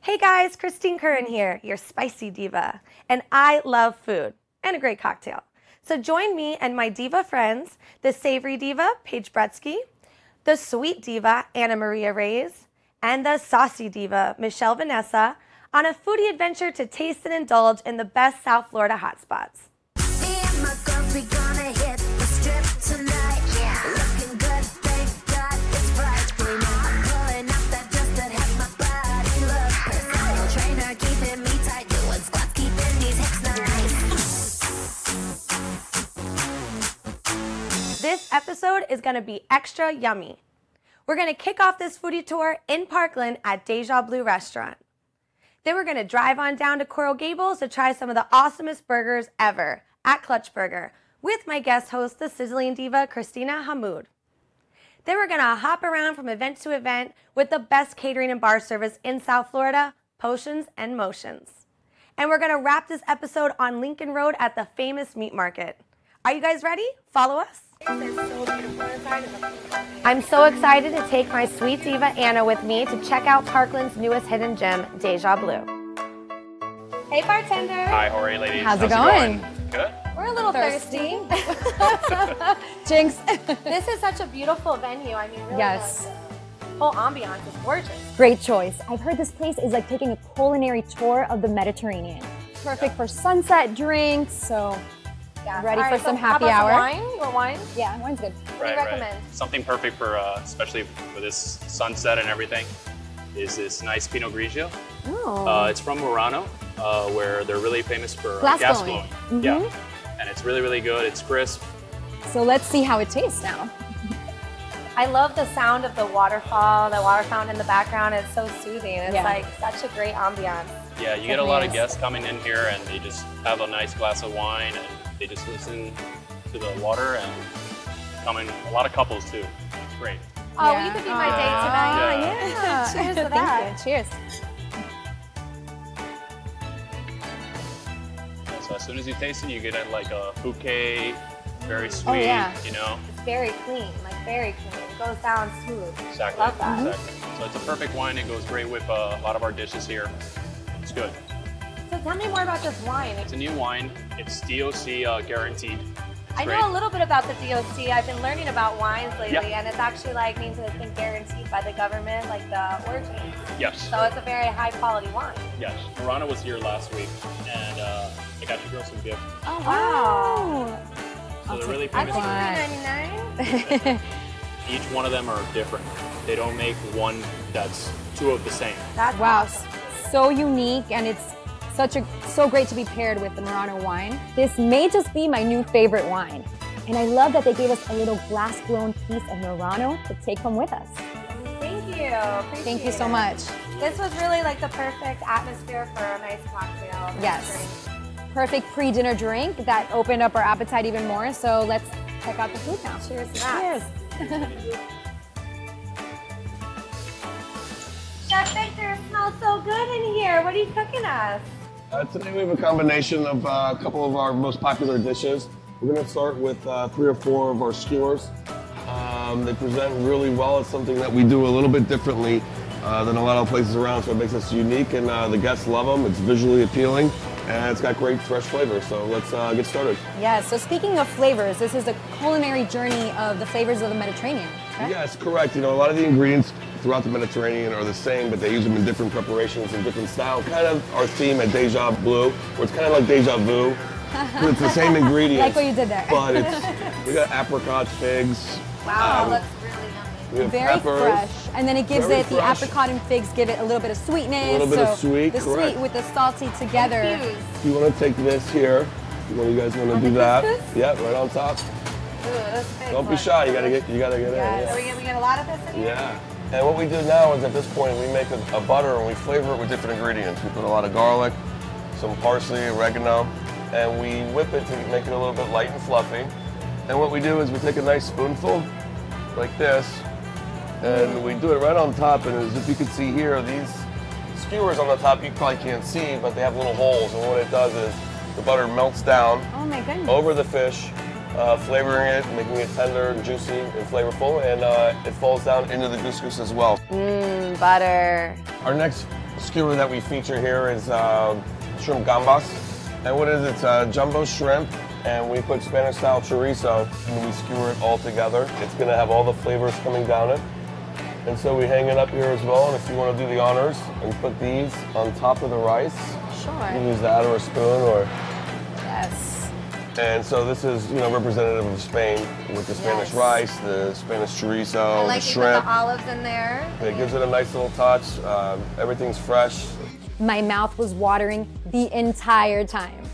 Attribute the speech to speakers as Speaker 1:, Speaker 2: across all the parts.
Speaker 1: Hey guys, Christine Curran here, your spicy diva, and I love food and a great cocktail. So join me and my diva friends, the savory diva, Paige Bretsky, the sweet diva, Anna Maria Reyes, and the saucy diva, Michelle Vanessa, on a foodie adventure to taste and indulge in the best South Florida hotspots.
Speaker 2: Me and my girls, we gonna hit the strip tonight. Yeah. Looking good, thank God it's Friday night. I'm pulling up that dress that has my body look. Personal trainer keeping me tight, doing squats, keeping these hips nice.
Speaker 1: This episode is going to be extra yummy. We're going to kick off this foodie tour in Parkland at Deja Blue Restaurant. Then we're going to drive on down to Coral Gables to try some of the awesomest burgers ever at Clutch Burger with my guest host, the sizzling diva Christina Hamoud. Then we're going to hop around from event to event with the best catering and bar service in South Florida, Potions and Motions. And we're going to wrap this episode on Lincoln Road at the famous meat market. Are you guys ready? Follow us. I'm so excited to take my sweet diva Anna with me to check out Parkland's newest hidden gem, Deja Blue. Hey, bartender.
Speaker 3: Hi, how are you, ladies?
Speaker 4: How's it
Speaker 3: Good.
Speaker 1: We're a little thirsty.
Speaker 4: Thirsty. Jinx.
Speaker 1: this is such a beautiful venue. I mean, really
Speaker 4: Yes.
Speaker 1: the whole ambiance is gorgeous.
Speaker 4: Great choice. I've heard this place is like taking a culinary tour of the Mediterranean. Perfect for sunset drinks. So,
Speaker 1: Yeah.
Speaker 4: Ready
Speaker 1: All
Speaker 4: for some
Speaker 1: how
Speaker 4: happy
Speaker 1: about
Speaker 4: hour?
Speaker 1: Some wine? You want wine?
Speaker 4: yeah, wine's good.
Speaker 3: Right,
Speaker 1: recommend?
Speaker 3: right. Something perfect for, uh, especially for this sunset and everything, is this nice Pinot Grigio.
Speaker 4: Oh.
Speaker 3: Uh, it's from Murano, uh, where they're really famous for uh,
Speaker 4: Glass
Speaker 3: gas
Speaker 4: blowing.
Speaker 3: blowing.
Speaker 1: Mm-hmm.
Speaker 3: Yeah, and it's really, really good. It's crisp.
Speaker 4: so, let's see how it tastes now.
Speaker 1: I love the sound of the waterfall, the water fountain in the background. It's so soothing. It's
Speaker 4: Yeah.
Speaker 1: like such a great ambiance.
Speaker 3: Yeah, you get a lot of
Speaker 4: Amazing.
Speaker 3: guests coming in here, and they just have a nice glass of wine, and they just listen to the water, and coming a lot of couples too. It's great.
Speaker 1: Oh,
Speaker 4: Yeah.
Speaker 1: you could be my date
Speaker 3: Aw,
Speaker 1: tonight.
Speaker 3: yeah.
Speaker 1: Cheers to
Speaker 4: Thank
Speaker 1: that.
Speaker 4: you. Cheers.
Speaker 3: And so as soon as you taste it, you get it like a bouquet, very sweet.
Speaker 4: Oh,
Speaker 1: Oh,
Speaker 4: yeah.
Speaker 3: You know.
Speaker 1: It's very clean, like very clean. It goes down smooth.
Speaker 3: Exactly.
Speaker 1: Love that.
Speaker 3: Exactly. So it's a perfect wine. It goes great with uh, a lot of our dishes here. It's good.
Speaker 1: So tell me more about this wine.
Speaker 3: It's a new wine. It's DOC uh, guaranteed. It's
Speaker 1: I
Speaker 3: great.
Speaker 1: know a little bit about the DOC. I've been learning about wines lately,
Speaker 3: Yeah.
Speaker 1: and it's actually like means that it's been guaranteed by the government, like the origin.
Speaker 3: Yes.
Speaker 1: So it's a very high quality wine.
Speaker 3: Yes. Murano was here last week, and uh, I got your girl some gifts.
Speaker 4: Oh,
Speaker 1: wow.
Speaker 3: So they're really
Speaker 1: I
Speaker 3: famous.
Speaker 1: think three ninety nine.
Speaker 3: Each one of them are different. They don't make one that's two of the same.
Speaker 1: That's
Speaker 4: Wow,
Speaker 1: awesome.
Speaker 4: so unique and it's such a so great to be paired with the Murano wine. This may just be my new favorite wine. And I love that they gave us a little glass blown piece of Murano to take home with us.
Speaker 1: Thank you. Appreciate
Speaker 4: Thank you so
Speaker 1: it.
Speaker 4: much.
Speaker 1: This was really like the perfect atmosphere for a nice cocktail. nice
Speaker 4: Yes.
Speaker 1: drink.
Speaker 4: Perfect pre-dinner drink that opened up our appetite even more. So let's check out the food now.
Speaker 1: Cheers to that. Chef Victor, it smells so good in here. What are you cooking us?
Speaker 5: Uh, today we have a combination of uh, a couple of our most popular dishes. We're going to start with uh, three or four of our skewers. Um, they present really well. It's something that we do a little bit differently uh, than a lot of places around, so it makes us unique, and uh, the guests love them. It's visually appealing, and it's got great fresh flavor. So let's uh, get started.
Speaker 4: Yes, so speaking of flavors, this is a culinary journey of the flavors of the Mediterranean. correct?
Speaker 5: Yes, correct. You know, a lot of the ingredients throughout the Mediterranean are the same, but they use them in different preparations and different style. Kind of our theme at Deja Blue, where it's kind of like Deja Vu, but it's the same ingredients.
Speaker 4: Like what you did there.
Speaker 5: But it's, we got apricots, figs.
Speaker 1: Wow,
Speaker 5: um,
Speaker 1: looks really yummy.
Speaker 5: we have
Speaker 4: Very
Speaker 5: peppers.
Speaker 4: fresh. And then it gives
Speaker 5: Very
Speaker 4: it the
Speaker 5: fresh.
Speaker 4: apricot and figs give it a little bit of sweetness.
Speaker 5: A little bit of
Speaker 4: so
Speaker 5: sweet,
Speaker 4: The
Speaker 5: correct.
Speaker 4: sweet with the salty together.
Speaker 1: Ooh,
Speaker 5: You want to take this here? You, want, you guys want to do
Speaker 1: the
Speaker 5: that?
Speaker 1: couscous?
Speaker 5: Yeah, right on top.
Speaker 1: those figs
Speaker 5: Don't be
Speaker 1: look-
Speaker 5: shy. You gotta get. You gotta get
Speaker 1: Are
Speaker 5: in. yeah.
Speaker 1: we gonna get a lot of this in here?
Speaker 5: Yeah. And what we do now is at this point we make a, a butter and we flavor it with different ingredients. We put a lot of garlic, some parsley, oregano, and we whip it to make it a little bit light and fluffy. And what we do is we take a nice spoonful, like this, and we do it right on top. And as if you can see here, these skewers on the top you probably can't see, but they have little holes. And what it does is the butter melts down
Speaker 4: Oh my goodness.
Speaker 5: over the fish, uh, flavoring it, making it tender and juicy and
Speaker 6: Mmm,
Speaker 5: flavorful, and uh, it falls down into the couscous as well.
Speaker 1: Butter.
Speaker 5: Our next skewer that we feature here is uh, shrimp gambas. And what is it? It's uh, jumbo shrimp, and we put Spanish style chorizo, and we skewer it all together. It's gonna have all the flavors coming down it. And so we hang it up here as well. And if you want to do the honors and put these on top of the rice, you can
Speaker 4: Sure.
Speaker 5: use that or a spoon or.
Speaker 4: Yes.
Speaker 5: And so this is, you know, representative of Spain with the Spanish
Speaker 4: Yes.
Speaker 5: rice, the Spanish chorizo,
Speaker 7: I like
Speaker 5: the
Speaker 7: you put
Speaker 5: shrimp.
Speaker 7: the olives in there.
Speaker 5: It gives it a nice little touch. Um, everything's fresh.
Speaker 4: My mouth was watering the entire time.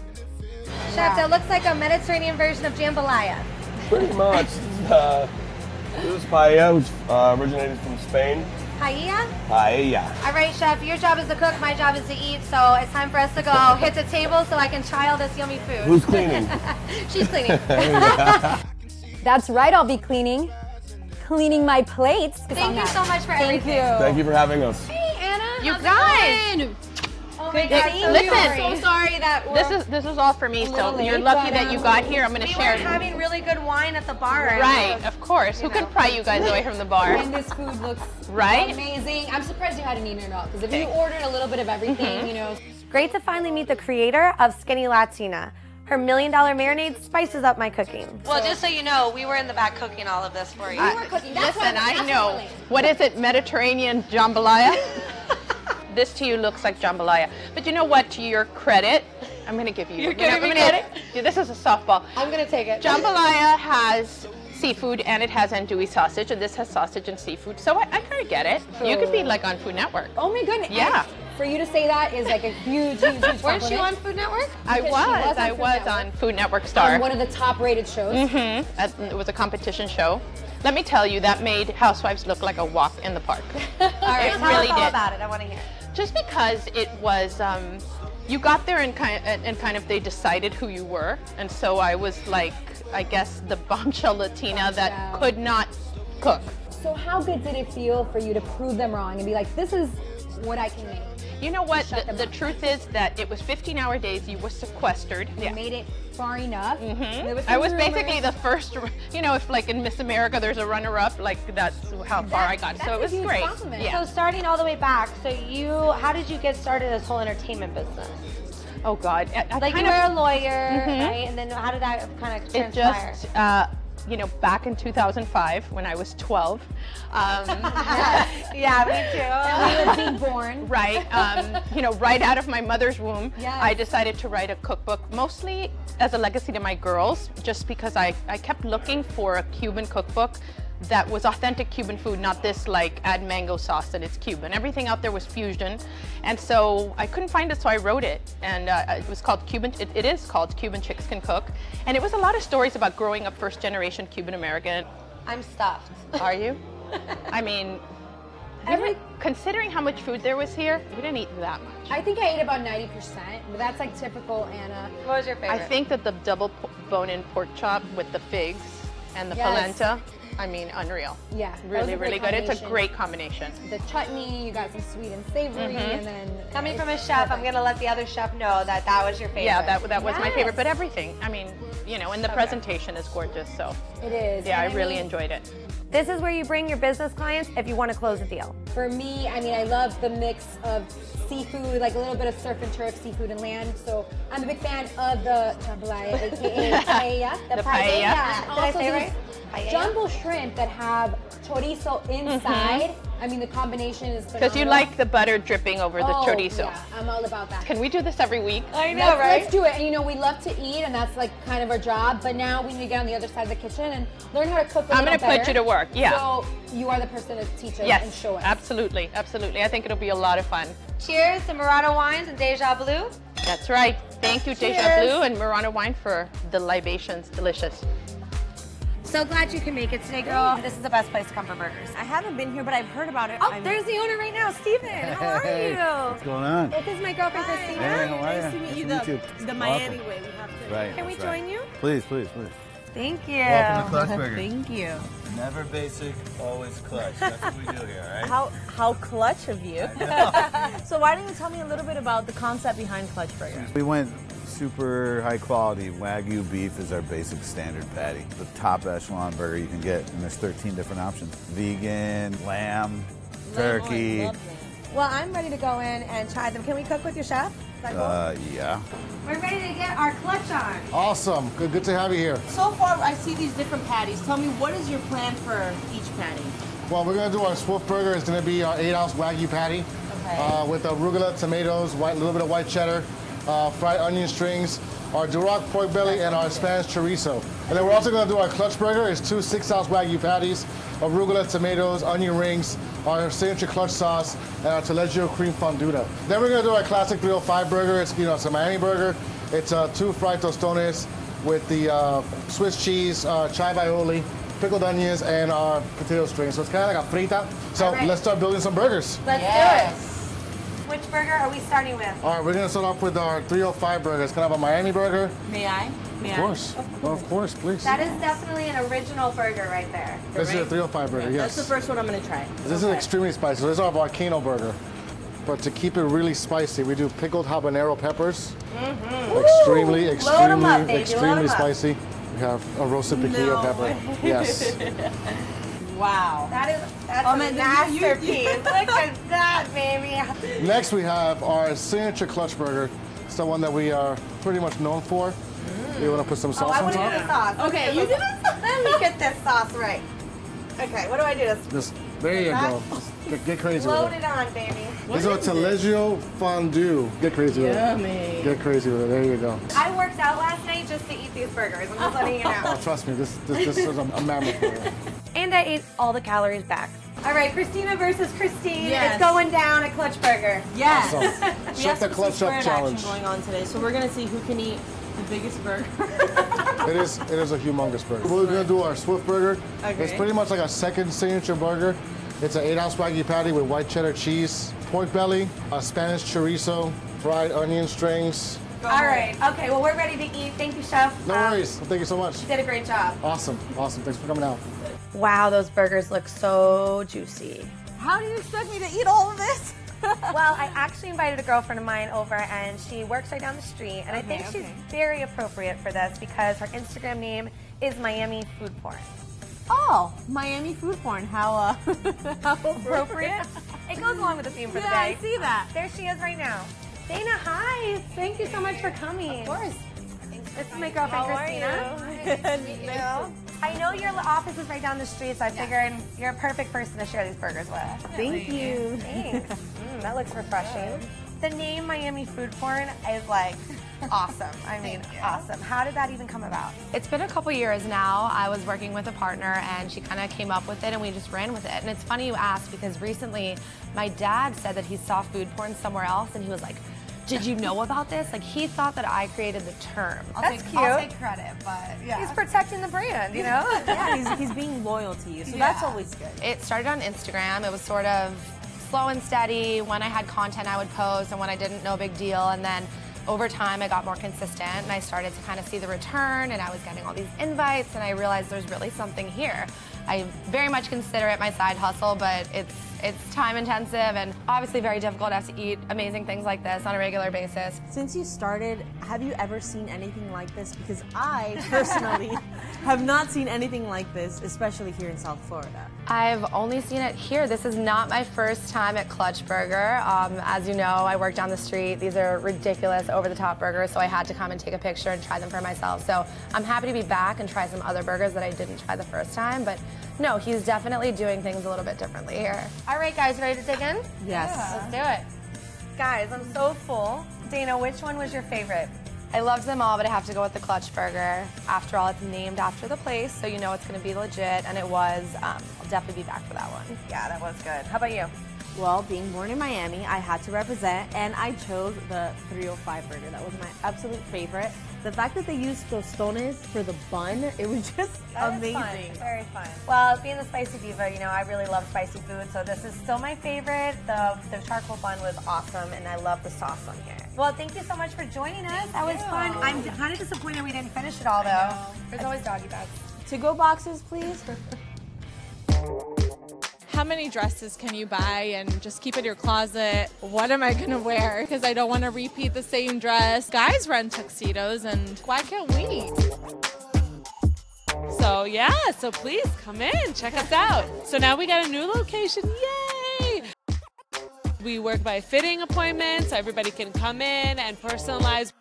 Speaker 7: Chef, that looks like a Mediterranean version of jambalaya.
Speaker 5: Pretty much. uh, this is paella, which uh, originated from Spain.
Speaker 7: Paella?
Speaker 5: Paella.
Speaker 7: All right, chef, your job is to cook, my job is to eat, so it's time for us to go hit the table so I can try all this yummy food.
Speaker 5: Who's cleaning?
Speaker 7: She's cleaning.
Speaker 4: That's right, I'll be cleaning. Cleaning my plates.
Speaker 7: Thank you so much for
Speaker 4: Thank
Speaker 7: everything.
Speaker 4: you.
Speaker 5: Thank you for having us.
Speaker 7: Hey, Anna.
Speaker 8: You
Speaker 7: how's it
Speaker 8: guys.
Speaker 7: going? Oh my
Speaker 8: Good
Speaker 7: God,
Speaker 8: to
Speaker 7: I'm so
Speaker 8: see you.
Speaker 7: sorry.
Speaker 8: Listen.
Speaker 7: so sorry that we're,
Speaker 8: This is this is all for me. So
Speaker 4: late,
Speaker 8: you're lucky
Speaker 4: but,
Speaker 8: that you
Speaker 4: um,
Speaker 8: got here. I'm gonna
Speaker 7: we were
Speaker 8: share. it.
Speaker 7: having really good wine at the bar. and-
Speaker 8: Right, of course. Who could pry you guys away from the bar?
Speaker 4: And this food looks
Speaker 8: Right?
Speaker 4: amazing. I'm surprised you hadn't eaten it all because if you ordered a little bit of everything, you know,
Speaker 1: Great to finally meet the creator of Skinny Latina. Her million dollar marinade spices up my cooking.
Speaker 7: Well, just so you know, we were in the back cooking all of this for you.
Speaker 8: I- Listen, I know. What is it? Mediterranean jambalaya? this to you looks like jambalaya. But you know what? To your credit, I'm going to give you. You're
Speaker 7: giving me
Speaker 8: Yeah, this is a softball.
Speaker 7: I'm gonna take it.
Speaker 8: Jambalaya has seafood and it has andouille sausage, and this has sausage and seafood. So I, I kind of get it. You could be like on Food Network.
Speaker 4: Oh my goodness.
Speaker 8: Yeah.
Speaker 4: For you to say that is like a huge, huge, huge
Speaker 7: Weren't you
Speaker 4: compliment.
Speaker 7: on Food Network?
Speaker 8: I
Speaker 4: Because
Speaker 8: was,
Speaker 4: she was on
Speaker 8: I
Speaker 4: Food
Speaker 8: was
Speaker 4: Network.
Speaker 8: on Food Network Star.
Speaker 4: On one of the top rated shows.
Speaker 8: Uh, It was a competition show. Let me tell you, that made Housewives look like a walk in the park.
Speaker 7: All right,
Speaker 8: It
Speaker 7: tell
Speaker 8: really
Speaker 7: us all
Speaker 8: did.
Speaker 7: about it. I want to hear.
Speaker 8: Just because it was, um, you got there and kind and and kind of they decided who you were, and so I was like, I guess the bombshell Latina that
Speaker 4: Bombshell.
Speaker 8: could not cook.
Speaker 4: So how good did it feel for you to prove them wrong and be like, this is what I can make?
Speaker 8: You know what?
Speaker 4: Shut
Speaker 8: The,
Speaker 4: them
Speaker 8: the
Speaker 4: up.
Speaker 8: truth is that it was 15-hour days. You were sequestered. Hmm?
Speaker 4: You made it far enough. There
Speaker 8: Mm-hmm. I
Speaker 4: some
Speaker 8: was
Speaker 4: rumors.
Speaker 8: basically the first, you know, if like in Miss America there's a runner-up, like that's how far I got.
Speaker 4: that's
Speaker 8: so
Speaker 4: a
Speaker 8: it was
Speaker 4: huge
Speaker 8: great.
Speaker 4: compliment.
Speaker 8: Yeah.
Speaker 7: So starting all the way back, so you, how did you get started this whole entertainment business?
Speaker 8: Oh God. I- I
Speaker 7: Like
Speaker 8: kind
Speaker 7: you
Speaker 8: of- Mm-hmm.
Speaker 7: were a lawyer, right? And then how did that kind of
Speaker 8: It
Speaker 7: transpire?
Speaker 8: just, uh, you know, back in 2005 when I was 12, um,
Speaker 7: yeah, me too.
Speaker 4: When you were being born.
Speaker 8: right, um, you know, right out of my mother's womb,
Speaker 4: Yes.
Speaker 8: I decided to write a cookbook, mostly as a legacy to my girls, just because I, I kept looking for a Cuban cookbook that was authentic Cuban food, not this like add mango sauce and it's Cuban. Everything out there was fusion. And so I couldn't find it, so I wrote it. And uh, it was called Cuban, it, it is called Cuban Chicks Can Cook. And it was a lot of stories about growing up first generation Cuban American.
Speaker 7: I'm stuffed.
Speaker 8: Are you? I mean,
Speaker 4: Every,
Speaker 8: considering how much food there was here, we didn't eat that much.
Speaker 4: I think I ate about 90%, but that's like typical Anna.
Speaker 7: What was your favorite?
Speaker 8: I think that the double po- bone-in pork chop with the figs and the
Speaker 4: Yes.
Speaker 8: polenta, I mean, unreal.
Speaker 4: Yeah, that was
Speaker 8: really,
Speaker 4: a great
Speaker 8: really good. It's a
Speaker 4: combination.
Speaker 8: great combination.
Speaker 4: The chutney, you got some sweet and savory,
Speaker 8: Mm-hmm.
Speaker 4: and then
Speaker 7: Coming from a chef, I'm gonna let the other chef know that that was your favorite.
Speaker 8: Yeah, that that was my favorite.
Speaker 4: Yes.
Speaker 8: But everything, I mean, you know, and the presentation is gorgeous. So
Speaker 4: It is.
Speaker 8: yeah,
Speaker 4: And
Speaker 8: I really
Speaker 4: mean,
Speaker 8: enjoyed it.
Speaker 1: This is where you bring your business clients if you want to close a deal.
Speaker 4: For me, I mean, I love the mix of seafood, like a little bit of surf and turf, seafood and land. So I'm a big fan of the jambalaya, aka paella.
Speaker 8: The paella.
Speaker 7: Did
Speaker 4: And
Speaker 7: I
Speaker 4: also
Speaker 7: say
Speaker 4: these
Speaker 7: right? Paella?
Speaker 4: Jumbo shrimp that have chorizo inside. I mean, the combination is
Speaker 8: Mm-hmm. Because you like the butter dripping over the
Speaker 4: oh,
Speaker 8: chorizo.
Speaker 4: Yeah, I'm all about that.
Speaker 8: Can we do this every week?
Speaker 7: I know,
Speaker 4: Let's,
Speaker 7: right?
Speaker 4: let's do it. And you know, we love to eat, and that's like kind of our job. But now we need to get on the other side of the kitchen and learn how to cook. i
Speaker 8: I'm gonna put you to work, yeah.
Speaker 4: So you are the person to teach us and
Speaker 8: Yes,
Speaker 4: show us.
Speaker 8: absolutely, absolutely. I think it'll be a lot of fun.
Speaker 7: Cheers to Murano Wines and Deja Blue.
Speaker 8: That's right. Thank you, Deja
Speaker 7: Cheers.
Speaker 8: Blue and Murano Wine for the libations. Delicious.
Speaker 7: So glad you can make it today, girl. This is the best place to come for burgers.
Speaker 1: I haven't been here, but I've heard about it.
Speaker 7: Oh, there's the owner right now, Steven. How are
Speaker 9: Hey,
Speaker 7: you?
Speaker 9: What's going on?
Speaker 7: This is my girlfriend, Christina.
Speaker 9: Hey, how are
Speaker 10: Nice
Speaker 9: you?
Speaker 10: to meet you.
Speaker 9: Nice to
Speaker 10: The,
Speaker 9: meet you.
Speaker 10: the Miami
Speaker 9: Welcome.
Speaker 10: way. We have to.
Speaker 9: Right.
Speaker 10: Can
Speaker 9: that's
Speaker 10: we
Speaker 9: right.
Speaker 10: join you?
Speaker 9: Please, please, please.
Speaker 1: Thank you.
Speaker 9: Welcome to Clarksburger.
Speaker 10: Thank you.
Speaker 9: Never basic, always clutch. That's what we do here, all right?
Speaker 10: How how clutch of you. so why don't you tell me a little bit about the concept behind Clutch Burger?
Speaker 9: We went super high quality. Wagyu beef is our basic standard patty. The top echelon burger you can get, and there's 13 different options. Vegan, lamb,
Speaker 10: Lamb, oh, I
Speaker 9: turkey,
Speaker 10: love
Speaker 1: Well, I'm ready to go in and try them. Can we cook with your chef? Is that cool?
Speaker 9: Uh, yeah.
Speaker 1: We're ready to get our clutch on.
Speaker 11: Awesome. Good, good to have you here.
Speaker 10: So far, I see these different patties. Tell me, what is your plan for each patty?
Speaker 11: Well, we're gonna do our Swift burger. It's gonna be our eight-ounce wagyu patty
Speaker 10: Okay.
Speaker 11: uh, with arugula, tomatoes, white, little bit of white cheddar, uh, fried onion strings, our Duroc pork belly, and our Spanish chorizo. And then we're also gonna do our clutch burger. It's two six-ounce wagyu patties, arugula, tomatoes, onion rings, our signature clutch sauce, and our taleggio cream fonduta. Then we're gonna do our classic 305 burger. It's you know it's a Miami burger. It's uh, two fried tostones with the uh, Swiss cheese, uh, chive aioli pickled onions and our potato strings. So it's kind of like a frita. So let's start building some burgers.
Speaker 1: Let's do it. Which burger are we starting with?
Speaker 11: All right, we're gonna start off with our 305 burger. It's kind of a Miami burger.
Speaker 10: May I? May
Speaker 11: Of course, of course, please.
Speaker 1: That is definitely an original burger right there.
Speaker 11: This is a 305 burger.
Speaker 10: That's
Speaker 11: Yes.
Speaker 10: the first one I'm gonna try.
Speaker 11: This
Speaker 1: oh
Speaker 11: is extremely spicy. So this is our volcano burger. But to keep it really spicy, we do pickled habanero peppers.
Speaker 10: Mm-hmm.
Speaker 11: Extremely,
Speaker 1: Woo! Load 'em
Speaker 11: extremely,
Speaker 1: up, baby, load 'em
Speaker 11: extremely
Speaker 1: up.
Speaker 11: spicy. We have a roasted piquillo
Speaker 10: No.
Speaker 11: pepper. Yes.
Speaker 10: Wow.
Speaker 1: That is that's
Speaker 10: Oh,
Speaker 1: a
Speaker 10: man, this- you- you-
Speaker 1: masterpiece. Look at that, baby.
Speaker 11: Next, we have our signature clutch burger. It's the one that we are pretty much known for. You want to put some
Speaker 1: Oh,
Speaker 11: sauce
Speaker 1: I
Speaker 11: on
Speaker 1: want to do the
Speaker 11: top?
Speaker 1: sauce. Let's
Speaker 10: Okay,
Speaker 1: get
Speaker 10: you
Speaker 1: the sauce. Let me get this sauce right. Okay, what do I do? Just
Speaker 11: Just, there you
Speaker 1: That-
Speaker 11: go. Just Get, get crazy
Speaker 1: load
Speaker 11: with it.
Speaker 1: it on, baby.
Speaker 11: This is a taleggio fondue. Get crazy with it.
Speaker 10: Yummy.
Speaker 11: Get crazy with it. There you go.
Speaker 1: I worked out last night just to eat these burgers. I'm just letting you know.
Speaker 11: Oh, trust me, this this, this is a, a mammoth burger.
Speaker 1: And I ate all the calories back. All right, Christina versus Christine.
Speaker 10: Yes.
Speaker 1: It's going down at Clutch Burger.
Speaker 10: Yes.
Speaker 11: So,
Speaker 10: We
Speaker 11: shut
Speaker 10: have
Speaker 11: the
Speaker 10: some
Speaker 11: clutch
Speaker 10: squared
Speaker 11: up challenge.
Speaker 10: action going on today, so we're gonna see who can eat the biggest burger.
Speaker 11: It is it is a humongous burger. We're gonna do our Swift burger. It's
Speaker 10: Okay.
Speaker 11: pretty much like a second signature burger. It's an eight ounce wagyu patty with white cheddar cheese, pork belly, a Spanish chorizo, fried onion strings.
Speaker 1: All right. Okay, well, we're ready to eat. Thank you, Chef.
Speaker 11: No
Speaker 1: Um,
Speaker 11: worries. Thank you so much.
Speaker 1: Did a great job.
Speaker 11: Awesome, awesome. Thanks for coming out.
Speaker 1: Wow, those burgers look so juicy.
Speaker 10: How do you expect me to eat all of this?
Speaker 1: Well, I actually invited a girlfriend of mine over, and she works right down the street. And I think
Speaker 10: Okay, okay.
Speaker 1: she's very appropriate for this because her Instagram name is Miami Food Porn.
Speaker 10: Oh, Miami food porn. How uh, how
Speaker 1: Appropriate? it goes along with the theme for
Speaker 10: Yeah, I
Speaker 1: the day.
Speaker 10: see that.
Speaker 1: There she is right now. Dana, hi. Thank you so much for coming.
Speaker 10: course.
Speaker 1: This is my girlfriend, Christina. I know your office is right down the street, so I figured you're a perfect person to share these burgers with.
Speaker 10: Thank you.
Speaker 1: Thanks. Mm, that looks refreshing. The name Miami Food Porn is like awesome. I mean, awesome. How did that even come about?
Speaker 7: It's been a couple years now. I was working with a partner and she kind of came up with it and we just ran with it. And it's funny you asked because recently my dad said that he saw food porn somewhere else and he was like, Did you know about this? Like he thought that I created the term.
Speaker 1: That's cute.
Speaker 7: credit, but yeah.
Speaker 1: He's protecting the brand, you know?
Speaker 10: Yeah, he's, he's being loyal to you, so that's always good.
Speaker 7: It started on Instagram. It was sort of slow and steady. When I had content, I would post, and when I didn't, no big deal. And then over time, I got more consistent and I started to kind of see the return, and I was getting all these invites, and I realized there's really something here. I very much consider it my side hustle, but it's it's time intensive and obviously very difficult. I have to eat amazing things like this on a regular basis.
Speaker 10: Since you started, have you ever seen anything like this? Because I personally have not seen anything like this, especially here in South Florida.
Speaker 7: I've only seen it here. This is not my first time at Clutch Burger. Um, as you know, I work down the street. These are ridiculous, over the top burgers, so I had to come and take a picture and try them for myself. So I'm happy to be back and try some other burgers that I didn't try the first time. But no, he's definitely doing things a little bit differently here.
Speaker 1: All right, guys, ready to dig in?
Speaker 10: Yes.
Speaker 7: Let's do it.
Speaker 1: Guys, I'm so full. Dana, which one was your favorite?
Speaker 7: I loved them all, but I have to go with the Clutch Burger. After all, it's named after the place, so you know it's going to be legit, and it was. Um, I'll definitely be back for that one.
Speaker 1: Yeah, that was good. How about you?
Speaker 10: Well, being born in Miami, I had to represent, and I chose the 305 burger. That was my absolute favorite. The fact that they used tostones for the bun, it was just
Speaker 1: That was fun.
Speaker 10: amazing.
Speaker 1: Very fun. Well, being the spicy diva, you know, I really love spicy food, so this is still my favorite. The the charcoal bun was awesome, and I love the sauce on here. Well, thank you so much for joining us. that was fun. I'm kind of disappointed we didn't finish it all, though. There's always doggy bags.
Speaker 10: To go boxes, please.
Speaker 12: how many dresses can you buy and just keep in your closet? What am I going to wear? Because I don't want to repeat the same dress. Guys run tuxedos, and why can't we? So, yeah, so please come in, check us out. So now we got a new location. Yay!
Speaker 13: We work by fitting appointments, so everybody can come in and personalize.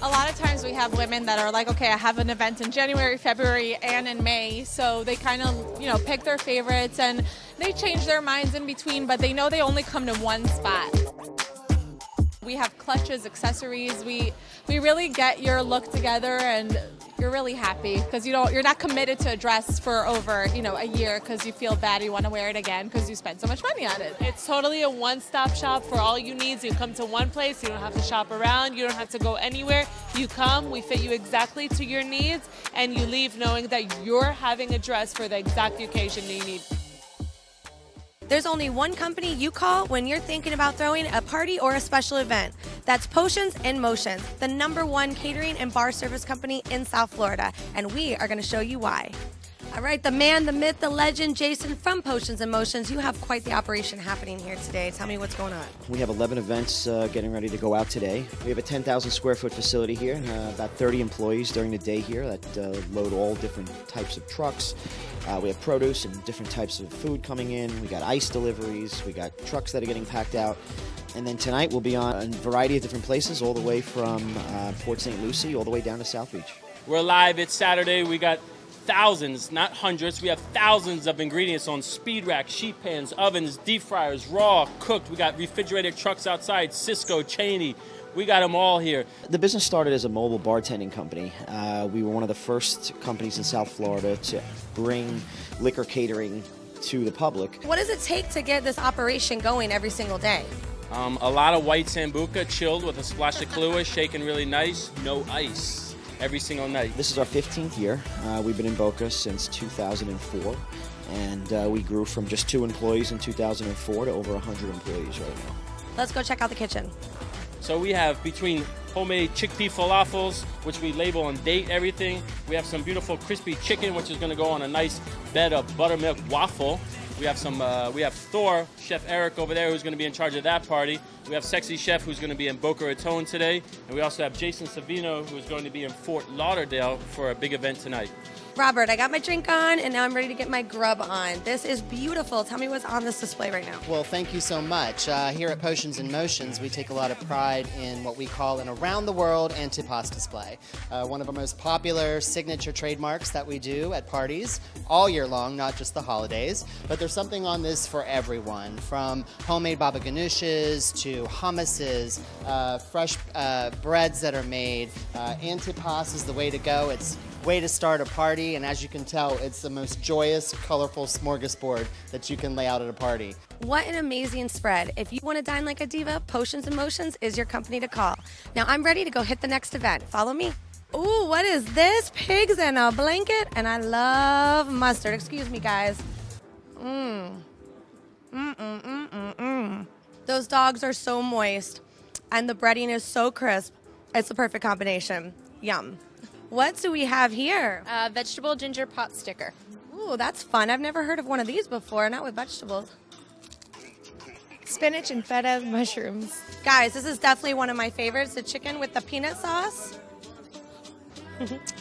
Speaker 12: A lot of times we have women that are like, okay, I have an event in January, February, and in May. So they kind of, you know, pick their favorites and they change their minds in between, but they know they only come to one spot. We have clutches, accessories. We we really get your look together and you're really happy because you don't you're not committed to a dress for over, you know, a year because you feel bad you want to wear it again because you spent so much money on it.
Speaker 13: It's totally a one stop shop for all you needs. You come to one place, you don't have to shop around, you don't have to go anywhere. You come, we fit you exactly to your needs, and you leave knowing that you're having a dress for the exact occasion you need.
Speaker 1: There's only one company you call when you're thinking about throwing a party or a special event. That's Potions and Motions, the number one catering and bar service company in South Florida, and we are going to show you why. All right, the man, the myth, the legend, Jason from Potions and Motions. You have quite the operation happening here today. Tell me what's going on.
Speaker 14: We have 11 events uh, getting ready to go out today. We have a 10,000 square foot facility here, uh, about 30 employees during the day here that uh, load all different types of trucks. Uh, we have produce and different types of food coming in. We got ice deliveries. We got trucks that are getting packed out. And then tonight we'll be on a variety of different places, all the way from uh, Port St. Lucie all the way down to South Beach.
Speaker 15: We're live. It's Saturday. We got thousands, not hundreds. We have thousands of ingredients on speed rack, sheet pans, ovens, deep fryers, raw, cooked. We got refrigerated trucks outside, Cisco, Cheney. We got them all here.
Speaker 14: The business started as a mobile bartending company. Uh, we were one of the first companies in South Florida to bring liquor catering to the public.
Speaker 1: What does it take to get this operation going every single day?
Speaker 15: Um, a lot of white sambuca chilled with a splash of Kahlua, shaken really nice, no ice every single night.
Speaker 14: This is our 15th year. Uh, we've been in Boca since 2004, and uh, we grew from just two employees in 2004 to over 100 employees right now.
Speaker 1: Let's go check out the kitchen.
Speaker 15: So we have between homemade chickpea falafels, which we label and date everything. We have some beautiful crispy chicken, which is going to go on a nice bed of buttermilk waffle. We have some. Uh, we have Thor, Chef Eric over there, who's going to be in charge of that party. We have Sexy Chef, who's going to be in Boca Raton today, and we also have Jason Savino, who's going to be in Fort Lauderdale for a big event tonight.
Speaker 1: Robert, I got my drink on and now I'm ready to get my grub on. This is beautiful. Tell me what's on this display right now.
Speaker 16: Well, thank you so much. Uh, here at Potions and Motions, we take a lot of pride in what we call an around the world antipass display. Uh, one of our most popular signature trademarks that we do at parties all year long, not just the holidays. But there's something on this for everyone from homemade baba ganoush to hummuses, uh, fresh uh, breads that are made. Uh, antipass is the way to go. It's way to start a party, and as you can tell, it's the most joyous, colorful smorgasbord that you can lay out at a party.
Speaker 1: What an amazing spread. If you want to dine like a diva, Potions and Motions is your company to call. Now I'm ready to go hit the next event. Follow me. Ooh, what is this? Pigs in a blanket, and I love mustard. Excuse me, guys. Mmm. Mm mm mm mm mm. Those dogs are so moist, and the breading is so crisp. It's the perfect combination. Yum. What do we have here?
Speaker 17: Uh, vegetable ginger pot sticker.
Speaker 1: Ooh, that's fun. I've never heard of one of these before, not with vegetables.
Speaker 17: Spinach and feta mushrooms.
Speaker 1: Guys, this is definitely one of my favorites the chicken with the peanut sauce.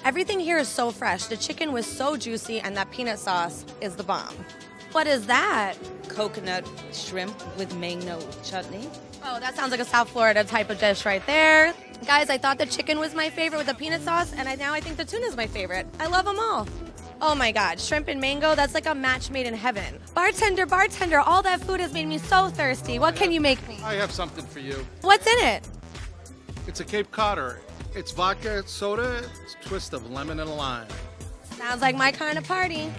Speaker 1: Everything here is so fresh. The chicken was so juicy, and that peanut sauce is the bomb. What is that?
Speaker 18: Coconut shrimp with mango chutney.
Speaker 1: Oh, that sounds like a South Florida type of dish right there. Guys, I thought the chicken was my favorite with the peanut sauce, and I, now I think the tuna is my favorite. I love them all. Oh my God, shrimp and mango, that's like a match made in heaven. Bartender, bartender, all that food has made me so thirsty. What can you make me?
Speaker 19: I have something for you.
Speaker 1: What's in it?
Speaker 19: It's a Cape Codder. It's vodka, it's soda, it's a twist of lemon and a lime.
Speaker 1: Sounds like my kind of party.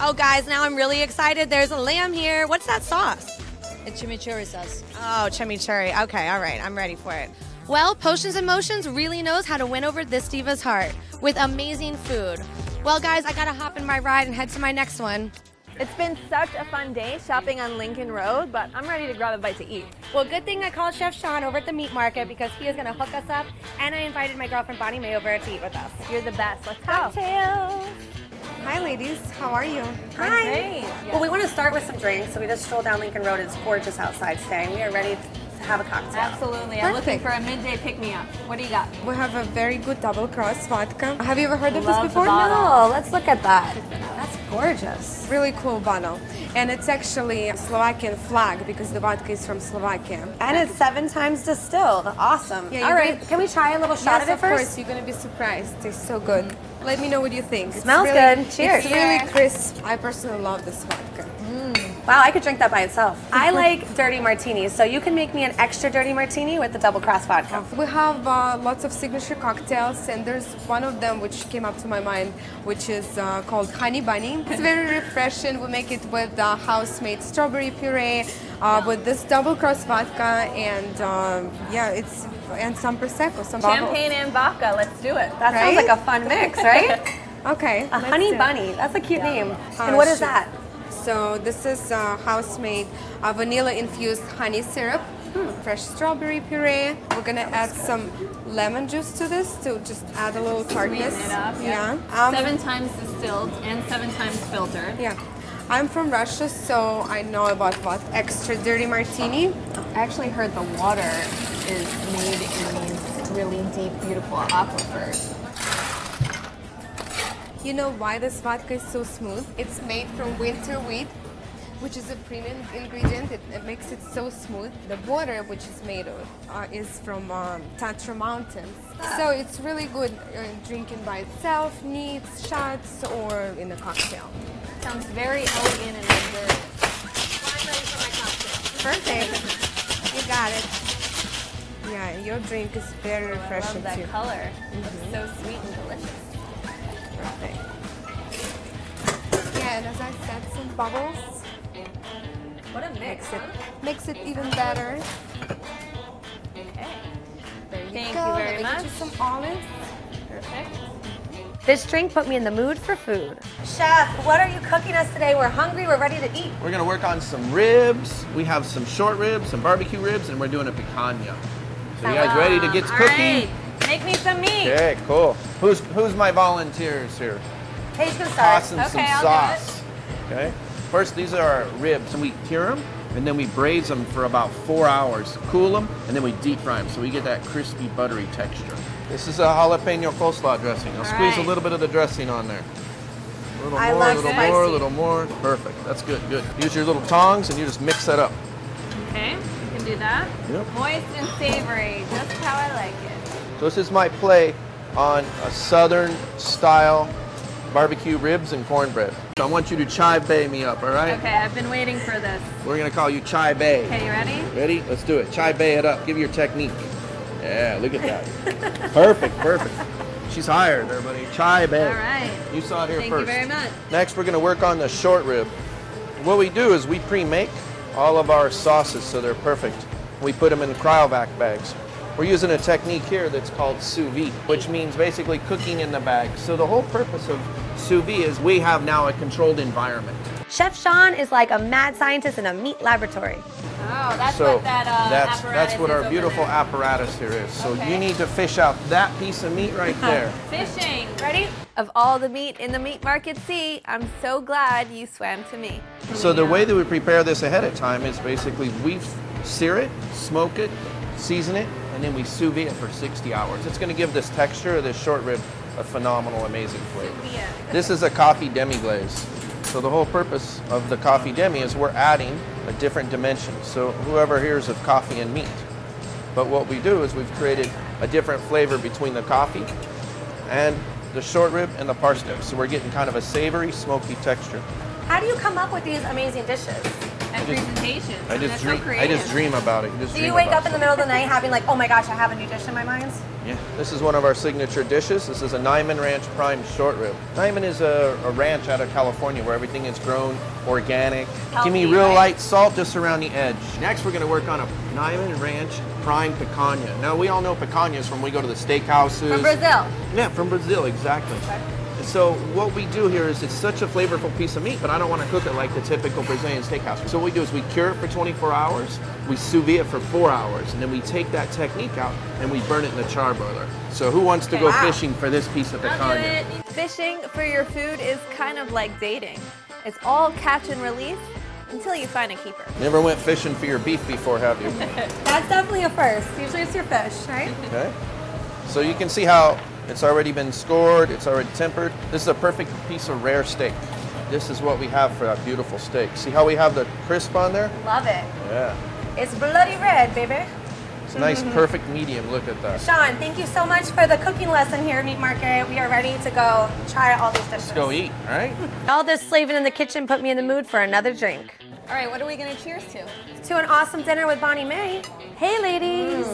Speaker 1: Oh, guys, now I'm really excited. There's a lamb here. What's that sauce?
Speaker 18: It's chimichurri sauce.
Speaker 1: Oh, chimichurri. Okay, all right, I'm ready for it. Well, Potions and Motions really knows how to win over this diva's heart with amazing food. Well, guys, I gotta hop in my ride and head to my next one.
Speaker 10: It's been such a fun day shopping on Lincoln Road, but I'm ready to grab a bite to eat.
Speaker 1: Well, good thing I called Chef Sean over at the meat market because he is gonna hook us up, and I invited my girlfriend Bonnie May over to eat with us.
Speaker 10: You're the best. Let's go.
Speaker 1: Cocktails. Hi, ladies. How are you? Hi.
Speaker 10: great.
Speaker 1: Well, we want to start with some drinks, so we just strolled down Lincoln Road. It's gorgeous outside today, and we are ready to have a cocktail.
Speaker 10: Absolutely. I'm looking
Speaker 1: Perfect.
Speaker 10: for a midday pick me up. What do you got?
Speaker 6: We have a very good double cross vodka. Have you ever heard of
Speaker 10: Love the
Speaker 6: this before?
Speaker 10: bottle.
Speaker 6: let's look at that.
Speaker 1: That's gorgeous.
Speaker 6: Really cool bottle. And it's actually a Slovakian flag because the vodka is from Slovakia.
Speaker 1: And it's seven times distilled. Awesome.
Speaker 6: Yeah,
Speaker 1: All
Speaker 6: you're
Speaker 1: right,
Speaker 6: gonna-
Speaker 1: can we try a little shot
Speaker 6: yes,
Speaker 1: of it first?
Speaker 6: course. You're gonna be surprised. Tastes so good. Let me know what you think. It's
Speaker 1: Smells
Speaker 6: really-
Speaker 1: good. Cheers. Mm.
Speaker 6: It's really
Speaker 1: Yeah.
Speaker 6: crisp. I personally love this vodka.
Speaker 1: Wow, I could drink that by itself. I like dirty martinis, so you can make me an extra dirty martini with the double cross vodka.
Speaker 6: We have uh, lots of signature cocktails, and there's one of them which came up to my mind, which is uh, called Honey Bunny. It's very refreshing. We make it with uh, house-made strawberry puree, uh, with this double cross vodka, and um, yeah, it's and some prosecco, some bubbles.
Speaker 1: Champagne and vodka, let's do it. That sounds
Speaker 6: Right?
Speaker 1: like a fun mix, right?
Speaker 6: okay.
Speaker 1: A
Speaker 6: let's do
Speaker 1: honey
Speaker 6: it.
Speaker 1: bunny. That's a cute name.
Speaker 6: Uh,
Speaker 1: and what is
Speaker 6: shoot.
Speaker 1: that?
Speaker 6: So this is uh, house-made uh, vanilla-infused honey syrup,
Speaker 1: Hmm.
Speaker 6: fresh strawberry puree. We're gonna add some lemon juice to this to just add a little tartness.
Speaker 20: Sweeten it up.
Speaker 6: Yeah.
Speaker 20: Yeah.
Speaker 6: Um,
Speaker 20: seven times distilled and seven times filtered.
Speaker 6: Yeah. I'm from Russia, so I know about what extra dirty martini. I actually heard the water is made in these really deep, beautiful aquifers. You know why this vodka is so smooth? It's made from winter wheat, which is a premium ingredient. It, it makes it so smooth. The water, which is made of, uh, is from um, Tatra Mountains. So it's really good uh, drinking by itself, neat, shots, or in a cocktail.
Speaker 20: Sounds very elegant and luxurious.
Speaker 6: Perfect. You got it. Oh, Yeah, your drink is very
Speaker 20: I
Speaker 6: refreshing
Speaker 20: love that
Speaker 6: too. Mm-hmm.
Speaker 20: color. It's so sweet and delicious.
Speaker 6: Perfect. Yeah, and as I said, some bubbles.
Speaker 1: What a mix.
Speaker 6: Makes it, makes it even better. There you
Speaker 20: Thank
Speaker 6: go.
Speaker 20: you
Speaker 6: Let
Speaker 20: very
Speaker 6: me get
Speaker 20: much.
Speaker 6: some olives.
Speaker 20: Perfect.
Speaker 1: This drink put me in the mood for food. Chef, what are you cooking us today? We're hungry, we're ready to eat.
Speaker 21: We're gonna work on some ribs. We have some short ribs, some barbecue ribs, and we're doing a picanha. So you guys ready to get to
Speaker 20: All
Speaker 21: cooking?
Speaker 20: right. Make me some meat.
Speaker 21: Okay, cool. Who's who's my volunteers here?
Speaker 1: Paige can start.
Speaker 21: Tossing some
Speaker 20: I'll do
Speaker 21: sauce. Okay. First, these are our ribs, and we cure them, and then we braise them for about four hours, cool them, and then we deep fry them, so we get that crispy, buttery texture. This is a jalapeno coleslaw dressing. I'll squeeze
Speaker 1: right.
Speaker 21: a little bit of the dressing on there. A little
Speaker 1: I
Speaker 21: more,
Speaker 1: love
Speaker 21: a little
Speaker 1: spicy.
Speaker 21: more, a little more. Perfect. That's good. Good. Use your little tongs, and you just mix that up.
Speaker 20: Okay, you can do that.
Speaker 21: Yep.
Speaker 20: Moist and savory, just how I like it.
Speaker 21: So this is my play on a southern style barbecue ribs and cornbread. So I want you to chive bay me up, all right?
Speaker 20: Okay, I've been waiting for this.
Speaker 21: We're gonna call you chai bay.
Speaker 20: Okay, you ready?
Speaker 21: Ready? Let's do it. Chai bay it up. Give your technique. Yeah, look at that. perfect, perfect. She's hired, everybody. Chai bay.
Speaker 20: All right.
Speaker 21: You saw it here
Speaker 20: Thank
Speaker 21: first.
Speaker 20: you very much.
Speaker 21: Next, we're going to work on the short rib. What we do is we pre-make all of our sauces so they're perfect. We put them in cryovac bags. We're using a technique here that's called sous vide, which means basically cooking in the bag. So the whole purpose of sous vide is we have now a controlled environment.
Speaker 1: Chef Sean is like a mad scientist in a meat laboratory.
Speaker 20: Oh, that's
Speaker 21: so
Speaker 20: what that uh,
Speaker 21: that's
Speaker 20: apparatus
Speaker 21: that's what
Speaker 20: is
Speaker 21: our
Speaker 20: over
Speaker 21: beautiful apparatus here is. So
Speaker 20: Okay.
Speaker 21: you need to fish out that piece of meat right there.
Speaker 20: Fishing.
Speaker 1: Ready? Of all the meat in the meat market sea, I'm so glad you swam to me.
Speaker 21: So the way that we prepare this ahead of time is basically we f- sear it, smoke it, season it, and then we sous vide it for 60 hours. It's going to give this texture of this short rib a phenomenal, amazing flavor. This is a coffee demi glaze. So the whole purpose of the coffee demi is we're adding a different dimension. So whoever hears of coffee and meat, but what we do is we've created a different flavor between the coffee and the short rib and the parsnip. So we're getting kind of a savory, smoky texture.
Speaker 1: How do you come up with these amazing dishes?
Speaker 20: And presentation.
Speaker 21: I just dream. I just dream about it. just
Speaker 1: Do
Speaker 21: dream
Speaker 1: you wake
Speaker 21: about
Speaker 1: up in the middle of the night having like, oh my gosh, I have a new dish in my mind?
Speaker 21: something. Yeah. This is one of our signature dishes. This is a Nyman Ranch Prime Short Rib. Nyman is a, a ranch out of California where everything is grown organic. Give me Healthy, real right? light salt just around the edge. Next, we're going to work on a Nyman Ranch Prime Picanha. Now we all know picanhas from we go to the steakhouses.
Speaker 20: From Brazil.
Speaker 21: Yeah, from Brazil, exactly. So what we do here is it's such a flavorful piece of meat, but I don't want to cook it like the typical Brazilian steakhouse. So what we do is we cure it for 24 hours, we sous vide it for four hours, and then we take that technique out and we burn it in the char broiler. So who wants to
Speaker 20: Okay.
Speaker 21: go
Speaker 20: Wow.
Speaker 21: fishing for this piece of
Speaker 20: I'll do
Speaker 21: picanha?
Speaker 20: it. Fishing for your food is kind of like dating. It's all catch and release until you find a keeper.
Speaker 21: Never went fishing for your beef before, have you?
Speaker 1: That's definitely a first. Usually it's your fish, right?
Speaker 21: Okay. So you can see how it's already been scored, it's already tempered. This is a perfect piece of rare steak. This is what we have for that beautiful steak. See how we have the crisp on there?
Speaker 1: Love it.
Speaker 21: Yeah.
Speaker 1: It's bloody red, baby.
Speaker 21: It's a nice, perfect medium. Look at that.
Speaker 1: Sean, thank you so much for the cooking lesson here at Meat Market. We are ready to go try all these dishes.
Speaker 21: Let's go eat, all right?
Speaker 1: All this slaving in the kitchen put me in the mood for another drink.
Speaker 7: All right, what are we going to cheers to?
Speaker 1: To an awesome dinner with Bonnie May. Hey, ladies.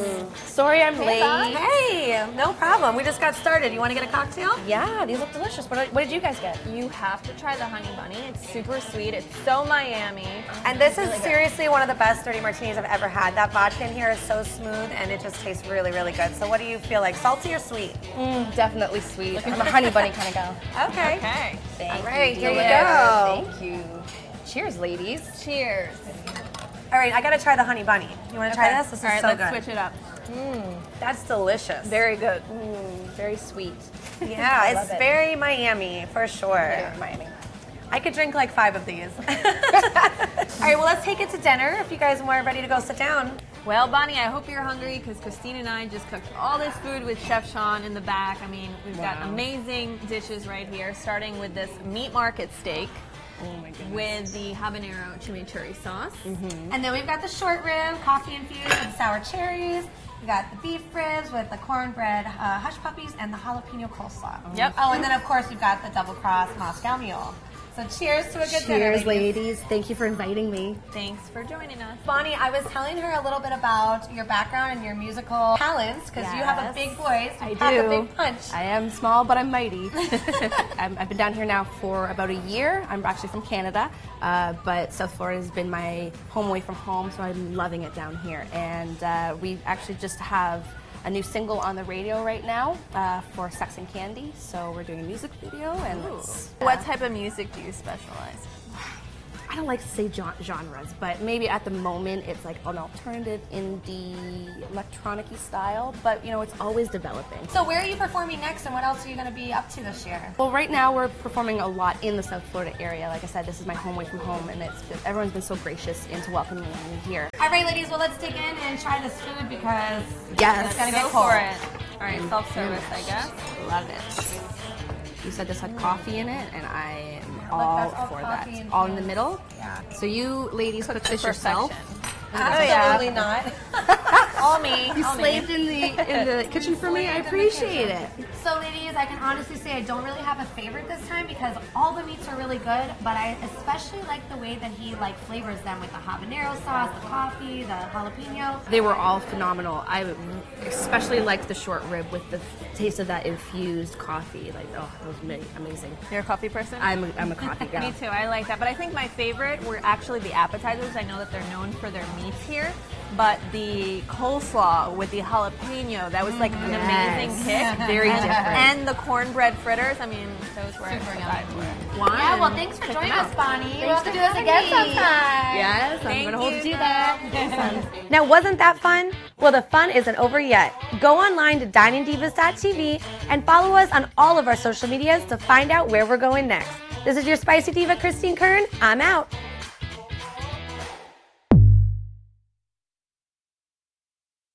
Speaker 7: Sorry I'm
Speaker 1: Hey, Bonnie.
Speaker 7: late.
Speaker 1: Hey, no problem. We just got started. You want to get a cocktail?
Speaker 7: Yeah, these look delicious. What, what did you guys get? You have to try the honey bunny. It's super sweet. It's so Miami.
Speaker 1: And this is
Speaker 7: Really good.
Speaker 1: seriously one of the best dirty martinis I've ever had. That vodka in here is so smooth and it just tastes really, really good. So, what do you feel like? Salty or sweet?
Speaker 7: Mm, definitely sweet. I'm a honey bunny kind of gal.
Speaker 1: Okay.
Speaker 7: Okay. Thank
Speaker 1: All right,
Speaker 7: you.
Speaker 1: here we
Speaker 7: dear.
Speaker 1: go.
Speaker 7: Thank you. Cheers, ladies. Cheers.
Speaker 1: All right, I gotta try the honey bunny. You wanna try this? This
Speaker 7: All right,
Speaker 1: is so
Speaker 7: let's
Speaker 1: good.
Speaker 7: switch it up.
Speaker 17: Mm.
Speaker 1: That's delicious.
Speaker 7: Very good. Mm, very sweet. I
Speaker 1: Yeah,
Speaker 7: love
Speaker 1: it's
Speaker 7: it.
Speaker 1: very Miami for sure.
Speaker 7: Very Miami.
Speaker 1: I could drink like five of these. All right, well, let's take it to dinner if you guys are ready to go sit down.
Speaker 17: Well, Bonnie, I hope you're hungry because Christine and I just cooked all this food with Chef Sean in the back. I mean, we've got
Speaker 7: Wow.
Speaker 17: amazing dishes right here, starting with this meat market steak
Speaker 1: Oh
Speaker 17: with the habanero chimichurri sauce.
Speaker 1: And then we've got the short rib, coffee infused with sour cherries. We got the beef ribs with the cornbread uh, hush puppies and the jalapeno coleslaw.
Speaker 7: Yep.
Speaker 1: Oh, and then of course we've got the double cross Moscow mule. So cheers to a good dinner.
Speaker 22: Cheers, ladies. Thank you for inviting me.
Speaker 17: Thanks for joining us.
Speaker 1: Bonnie, I was telling her a little bit about your background and your musical talents because you have a
Speaker 20: Yes.
Speaker 1: big voice.
Speaker 20: I
Speaker 1: You pack a
Speaker 20: do.
Speaker 1: big punch.
Speaker 20: I am small, but I'm mighty. i I've been down here now for about a year. I'm actually from Canada, uh, but South Florida has been my home away from home, so I'm loving it down here. And uh, we actually just have a new single on the radio right now uh, for Sex and Candy, so we're doing a music video. And uh, it's-
Speaker 7: What type of music do you specialize?
Speaker 20: I don't like to say gen- genres, but maybe at the moment it's like an alternative indie electronic style, but you know, it's always developing.
Speaker 1: So where are you performing next and what else are you going to be up to this year?
Speaker 20: Well, right now we're performing a lot in the South Florida area. Like I said, this is my home away from home, and it's been, everyone's been so gracious into welcoming me here.
Speaker 1: All right, ladies, well, let's dig in and try this food because
Speaker 20: Yes.
Speaker 1: it's going to
Speaker 20: Go
Speaker 1: get
Speaker 20: for
Speaker 1: cold.
Speaker 20: it.
Speaker 17: All right, self-service, I guess.
Speaker 20: Love it. You said this had coffee in it, and I am all
Speaker 1: that's all
Speaker 20: for that.
Speaker 1: coffee and
Speaker 20: All in the
Speaker 1: things.
Speaker 20: middle. Yeah. So you ladies cook this yourself? Oh,
Speaker 1: Oh, Absolutely not. All me.
Speaker 20: You
Speaker 1: all me.
Speaker 20: slaved in the in the kitchen for me. I appreciate it.
Speaker 1: So, ladies, I can honestly say I don't really have a favorite this time because all the meats are really good, but I especially like the way that he like flavors them with the habanero sauce, the coffee, the jalapeno.
Speaker 20: They were all phenomenal. I especially liked the short rib with the taste of that infused coffee. Like, oh, that was ama- amazing.
Speaker 17: You're a coffee person?
Speaker 20: I'm a, I'm a coffee girl.
Speaker 17: Me too. I like that. But I think my favorite were actually the appetizers. I know that they're known for their meats here, but the coleslaw with the jalapeno, that was like
Speaker 1: Mm,
Speaker 17: an
Speaker 20: Yes.
Speaker 17: amazing kick.
Speaker 20: Very
Speaker 17: and,
Speaker 20: different.
Speaker 17: And the cornbread fritters. I mean, those were super
Speaker 1: Yeah, well, thanks for joining us, Bonnie. we'll have to do this again sometime.
Speaker 20: Yes, I'm gonna hold you to that.
Speaker 1: Now, wasn't that fun? Well, the fun isn't over yet. Go online to diningdivas.tv and follow us on all of our social medias to find out where we're going next. This is your Spicy Diva, Christine Kern. I'm out.